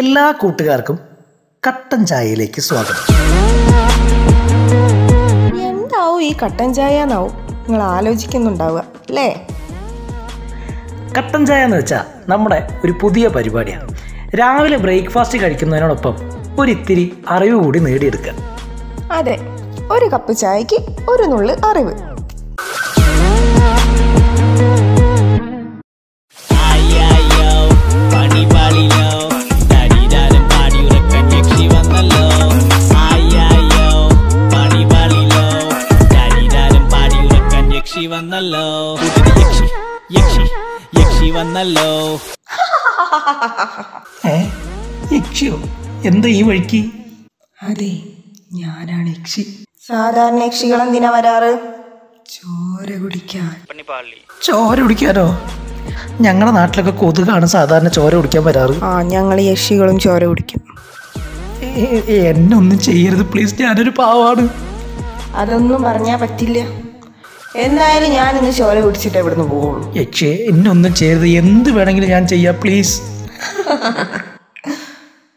എല്ലാ കൂട്ടുകാർക്കും കട്ടൻ ചായയിലേക്ക് സ്വാഗതം എന്താവും ഈ കട്ടൻ ചായ എന്നാവും നിങ്ങൾ ആലോചിക്കുന്നുണ്ടാവുക അല്ലേ കട്ടൻ ചായ എന്ന് വെച്ചാൽ നമ്മുടെ ഒരു പുതിയ പരിപാടിയാണ് രാവിലെ ബ്രേക്ക്ഫാസ്റ്റ് കഴിക്കുന്നതിനോടൊപ്പം ഒരിത്തിരി അറിവ് കൂടി നേടിയെടുക്കുക അതെ ഒരു കപ്പ് ചായക്ക് ഒരു നുള്ളു അറിവ് വന്നല്ലോ പുതിയ യക്ഷി യക്ഷി യക്ഷി വന്നല്ലോ ഏ യക്ഷിയോ എന്താ ഈ വഴിക്ക് അതെ ഞാനാണ് യക്ഷി സാധാരണ യക്ഷികൾ എന്തിനാ വരാറ് ചോര കുടിക്കാൻ ചോര കുടിക്കാനോ ഞങ്ങളുടെ നാട്ടിലൊക്കെ കൊതുകാണ് സാധാരണ ചോര കുടിക്കാൻ വരാറ് ആ ഞങ്ങൾ യക്ഷികളും ചോര കുടിക്കും ഏ, എന്നെ ഒന്നും ചെയ്യരുത് പ്ലീസ് ഞാനൊരു പാവാണ് അതൊന്നും പറഞ്ഞാൽ പറ്റില്ല എന്തായാലും ഞാൻ ഇന്ന് ചോര കുടിച്ചിട്ട് എവിടുന്ന് പോവുള്ളൂ യക്ഷിയെ എന്നെ ഒന്നും ചെയ്യരുത് എന്ത് വേണമെങ്കിലും ഞാൻ ചെയ്യാം പ്ലീസ്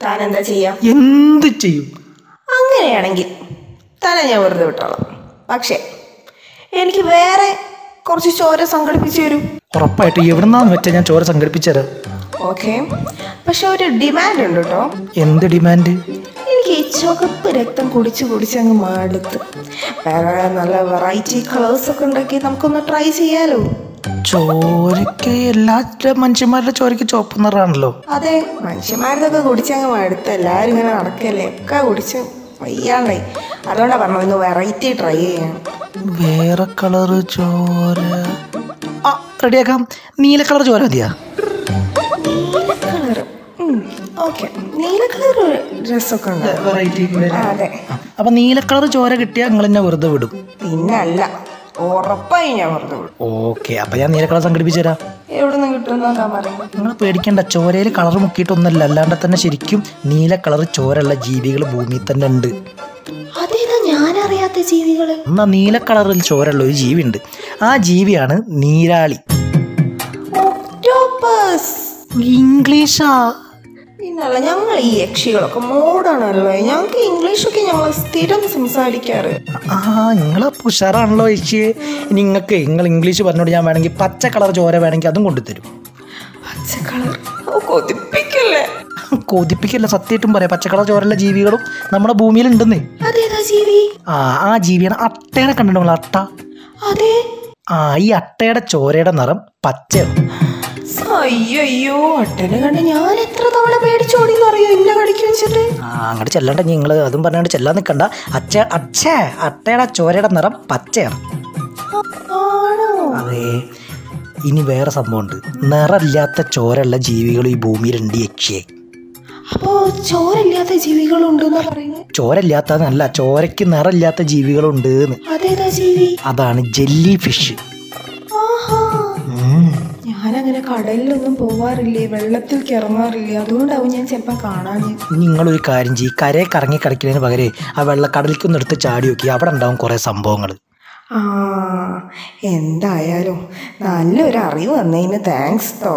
താൻ എന്താ ചെയ്യാം എന്ത് ചെയ്യും അങ്ങനെയാണെങ്കിൽ തന്നെ ഞാൻ വെറുതെ വിട്ടോളാം പക്ഷേ എനിക്ക് വേറെ കുറച്ച് ചോര സംഘടിപ്പിച്ചു തരും ഉറപ്പായിട്ട് എവിടെന്നാന്ന് വെച്ചാൽ ഞാൻ ചോര സംഘടിപ്പിച്ചു തരാം ഓക്കെ പക്ഷെ ഒരു ഡിമാൻഡ് ഉണ്ട് കേട്ടോ എന്ത് ഡിമാൻഡ് എനിക്ക് ഈ ചുവപ്പ് രക്തം കുടിച്ച് കുടിച്ച് അങ്ങ് മടുത്ത് വേറെ നല്ല വെറൈറ്റി കളേഴ്സ് ഒക്കെ ഉണ്ടാക്കി നമുക്കൊന്ന് ട്രൈ ചെയ്യാലോ ചോരയ്ക്ക് എല്ലാ മനുഷ്യന്മാരുടെ ചോരയ്ക്ക് ചുവപ്പ് നിറാണല്ലോ അതെ മനുഷ്യന്മാരതൊക്കെ കുടിച്ച് അങ്ങ് മടുത്ത് എല്ലാവരും ഇങ്ങനെ നടക്കല്ലേ ഒക്കെ കുടിച്ച് വയ്യാണ്ടായി അതുകൊണ്ടാണ് പറഞ്ഞത് ഇന്ന് വെറൈറ്റി ട്രൈ ചെയ്യണം വേറെ കളറ് ചോര ആ റെഡിയാക്കാം നീല കളർ ചോര മതിയാ നീല കളർ ഓക്കെ നീല കളർ ഡ്രസ്സൊക്കെ ഉണ്ട് വെറൈറ്റി ആ, അതെ അപ്പൊ നീല കളർ ചോര കിട്ടിയാൽ നിങ്ങൾ എന്നെ വെറുതെ വിടും പിന്നല്ല ഉറപ്പായി ഞാൻ പറഞ്ഞു ഓക്കെ അപ്പൊ ഞാൻ നീല കളർ സംഘടിപ്പിച്ചു തരാം എവിടെ നിന്ന് കിട്ടുമെന്നൊക്കെ പറയുന്നത് നിങ്ങൾ പേടിക്കേണ്ട ചോരയിൽ കളർ മുക്കിയിട്ടൊന്നല്ല അല്ലാണ്ട് തന്നെ ശരിക്കും നീല കളർ ചോരുള്ള ജീവികൾ ഭൂമിയിൽ തന്നെ ഉണ്ട് അതേതാ ഞാനറിയാത്ത ജീവികള് എന്നാ നീല കളറിൽ ചോരുള്ള ഒരു ജീവിയുണ്ട് ആ ജീവിയാണ് നീരാളി ഒക്ടോപ്പസ് ഇംഗ്ലീഷാ പിന്നല്ല ഞങ്ങൾ ഈ യക്ഷികളൊക്കെ മോഡാണല്ലോ ഞങ്ങൾക്ക് ഇംഗ്ലീഷൊക്കെ ഞങ്ങൾ സ്ഥിരം സംസാരിക്കാറ് ആ നിങ്ങളെ ഉഷാറാണല്ലോ ഏച്ചിയെ നിങ്ങൾക്ക് നിങ്ങൾ ഇംഗ്ലീഷ് പറഞ്ഞോട് ഞാൻ വേണമെങ്കിൽ പച്ച കളർ ചോര വേണമെങ്കിൽ അതും കൊണ്ടുതരും പച്ച കളർ ഓ കൊതിപ്പിക്കല്ലേ കൊതിപ്പിക്കല്ല സത്യമായിട്ടും പറയാം പച്ച കളർ ചോരയുള്ള ജീവികളും നമ്മുടെ ഭൂമിയിലുണ്ടെന്ന് അതേതാ ജീവി ആ ആ ജീവിയാണ് അട്ടേനെ കണ്ടിട്ടുണ്ടോ അട്ട അതെ ആ ഈ അട്ടയുടെ ചോരയുടെ നിറം പച്ചയാണ് അയ്യോ അട്ടനെ കണ്ട് ഞാൻ എത്ര തവണ പേടിച്ചോടിന്ന് അറിയോ എന്നെ കടിക്കും വെച്ചിട്ട് ആ അങ്ങോട്ട് ചെല്ലണ്ട നിങ്ങൾ അതും പറഞ്ഞാണ്ട് ചെല്ലാൻ നിൽക്കണ്ട അച്ഛ അച്ഛേ അട്ടയുടെ ചോരയുടെ നിറം പച്ചയാണ് ആണോ അതേ ഇനി വേറെ സംഭവമുണ്ട് നിറമില്ലാത്ത ചോരയുള്ള ജീവികൾ ഈ ഭൂമിയിലുണ്ട് യക്ഷിയെ അപ്പോ ചോരില്ലാത്ത ജീവികളുണ്ടെന്നാ പറയുന്നത് ചോരല്ലാത്തതെന്നല്ല ചോരയ്ക്ക് നിറമില്ലാത്ത ജീവികളുണ്ട് എന്ന് അതേതാ ജീവി അതാണ് ജെല്ലി ഫിഷ് ആഹാ ഞാനങ്ങനെ കടലിലൊന്നും പോവാറില്ലേ വെള്ളത്തിൽ കിറങ്ങാറില്ലേ അതുകൊണ്ടാവും ഞാൻ ചിലപ്പോൾ കാണാൻ നിങ്ങളൊരു കാര്യം ചെയ്യും കരയെ കറങ്ങി കിടക്കുന്നതിന് പകരം ആ വെള്ളക്കടലിക്കൊന്ന് എടുത്ത് ചാടി നോക്കി അവിടെ ഉണ്ടാവും കുറേ സംഭവങ്ങൾ ആ എന്തായാലും നല്ലൊരു അറിവ് വന്നതിന് താങ്ക്സ് തോ